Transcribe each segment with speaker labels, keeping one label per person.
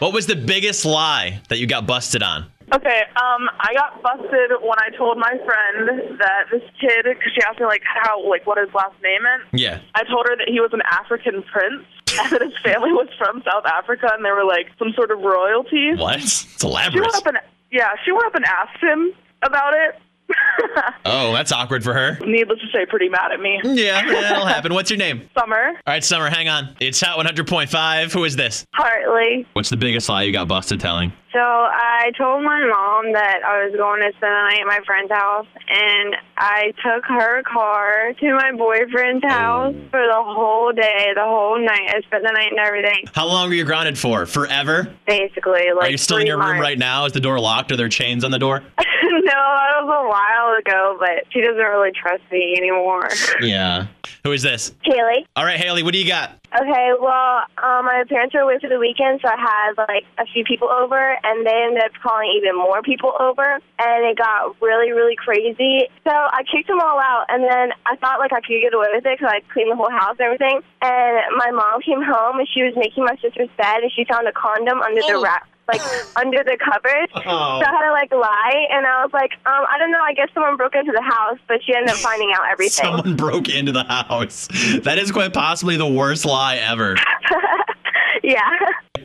Speaker 1: What was the biggest lie that you got busted on?
Speaker 2: Okay, um, I got busted when I told my friend that this kid, because she asked me like how, like what his last name is.
Speaker 1: Yeah.
Speaker 2: I told her that he was an African prince and that his family was from South Africa and they were like some sort of royalty.
Speaker 1: What? It's
Speaker 2: She
Speaker 1: elaborate.
Speaker 2: went up and yeah, she went up and asked him about it.
Speaker 1: Oh, that's awkward for her.
Speaker 2: Needless to say, pretty mad at me.
Speaker 1: Yeah, that'll happen. What's your name?
Speaker 2: Summer
Speaker 1: All right, Summer, hang on. It's Hot 100.5. Who is this?
Speaker 3: Partly.
Speaker 1: What's the biggest lie you got busted telling?
Speaker 3: So I told my mom that I was going to spend the night at my friend's house, and I took her car to my boyfriend's house for the whole day, the whole night. I spent the night and everything,
Speaker 1: How long were you grounded for? Forever?
Speaker 3: basically. Like
Speaker 1: Are you still in
Speaker 3: three
Speaker 1: your room
Speaker 3: months.
Speaker 1: right now? Is the door locked? Are there chains on the door?
Speaker 3: no, that was a while ago, but she doesn't really trust me anymore.
Speaker 1: Yeah. Who is this?
Speaker 4: Haley.
Speaker 1: All right, Haley, what do you got?
Speaker 4: Okay, well, um, my parents were away for the weekend, so I had like a few people over, and they ended up calling even more people over, and it got really, really crazy. So I kicked them all out, and then I thought like I could get away with it because I cleaned the whole house and everything. And my mom came home, and she was making my sister's bed, and she found a condom under the wrap. Like under the covers,
Speaker 1: Oh.
Speaker 4: so I had to like lie, and I was like, um, I don't know. I guess someone broke into the house, but she ended up finding out everything.
Speaker 1: Someone broke into the house. That is quite possibly the worst lie ever.
Speaker 4: yeah.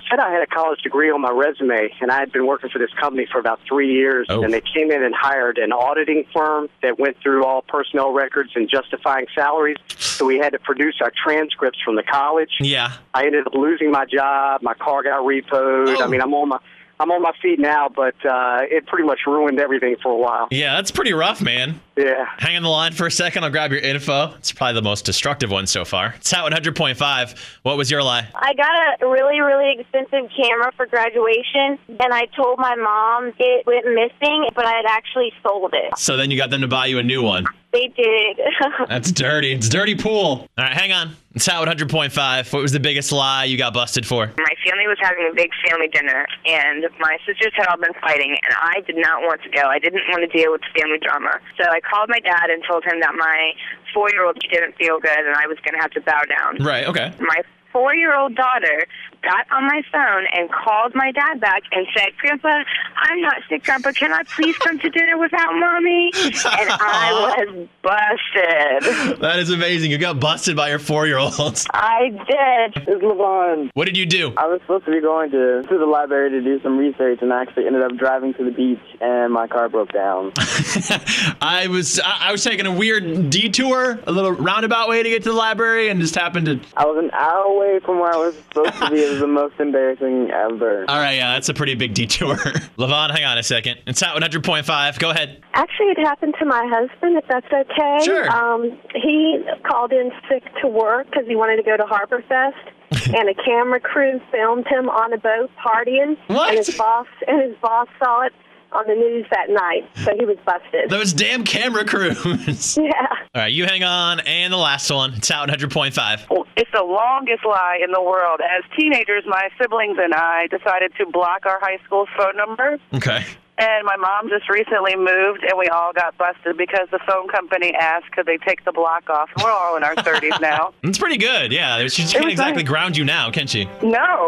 Speaker 5: said I had a college degree on my resume, and I had been working for this company for about three years.
Speaker 1: Oh.
Speaker 5: And they came in and hired an auditing firm that went through all personnel records and justifying salaries. So we had to produce our transcripts from the college.
Speaker 1: Yeah.
Speaker 5: I ended up losing my job. My car got repoed. I mean, I'm on my I'm on my feet now, but uh, it pretty much ruined everything for a while.
Speaker 1: Yeah, that's pretty rough, man.
Speaker 5: Yeah.
Speaker 1: Hang on the line for a second. I'll grab your info. It's probably the most destructive one so far. It's Hot 100.5. What was your lie?
Speaker 4: I got a really, really expensive camera for graduation, and I told my mom it went missing, but I had actually sold it.
Speaker 1: So then you got them to buy you a new one.
Speaker 4: They did.
Speaker 1: That's dirty. It's dirty pool. All right, hang on. It's Hot 100.5. What was the biggest lie you got busted for?
Speaker 6: My family was having a big family dinner, and my sisters had all been fighting, and I did not want to go. I didn't want to deal with the family drama. So I called my dad and told him that my four year old didn't feel good, and I was going to have to bow down.
Speaker 1: Right, okay.
Speaker 6: My four year old daughter got on my phone and called my dad back and said, Grandpa, I'm not sick, Grandpa. Can I please come to dinner without mommy? And I was busted.
Speaker 1: That is amazing. You got busted by your four year olds.
Speaker 7: I did. It's LeVon.
Speaker 1: What did you do?
Speaker 7: I was supposed to be going to, to the library to do some research, and I actually ended up driving to the beach, and my car broke down.
Speaker 1: I was I I was taking a weird detour, a little roundabout way to get to the library, and just happened to.
Speaker 7: I was an hour away from where I was supposed to be. It was the most embarrassing ever.
Speaker 1: All right, yeah, that's a pretty big detour. Levon, hang on a second. It's Hot 100.5. Go ahead.
Speaker 8: Actually, it happened to my husband, if that's okay.
Speaker 1: Sure.
Speaker 8: Um, he called in sick to work because he wanted to go to Harbor Fest, and a camera crew filmed him on a boat partying.
Speaker 1: What?
Speaker 8: And his boss and his boss saw it on the news that night, so he was busted.
Speaker 1: Those damn camera crews. All
Speaker 8: yeah.
Speaker 1: right, you hang on, and the last one. It's Hot 100.5.
Speaker 2: It's the longest lie in the world. As teenagers, my siblings and I decided to block our high school's phone number.
Speaker 1: Okay.
Speaker 2: And my mom just recently moved, and we all got busted because the phone company asked could they take the block off. We're all in our 30s now.
Speaker 1: That's pretty good. Yeah, she
Speaker 2: was
Speaker 1: can't exactly
Speaker 2: nice.
Speaker 1: ground you now, can she?
Speaker 2: No,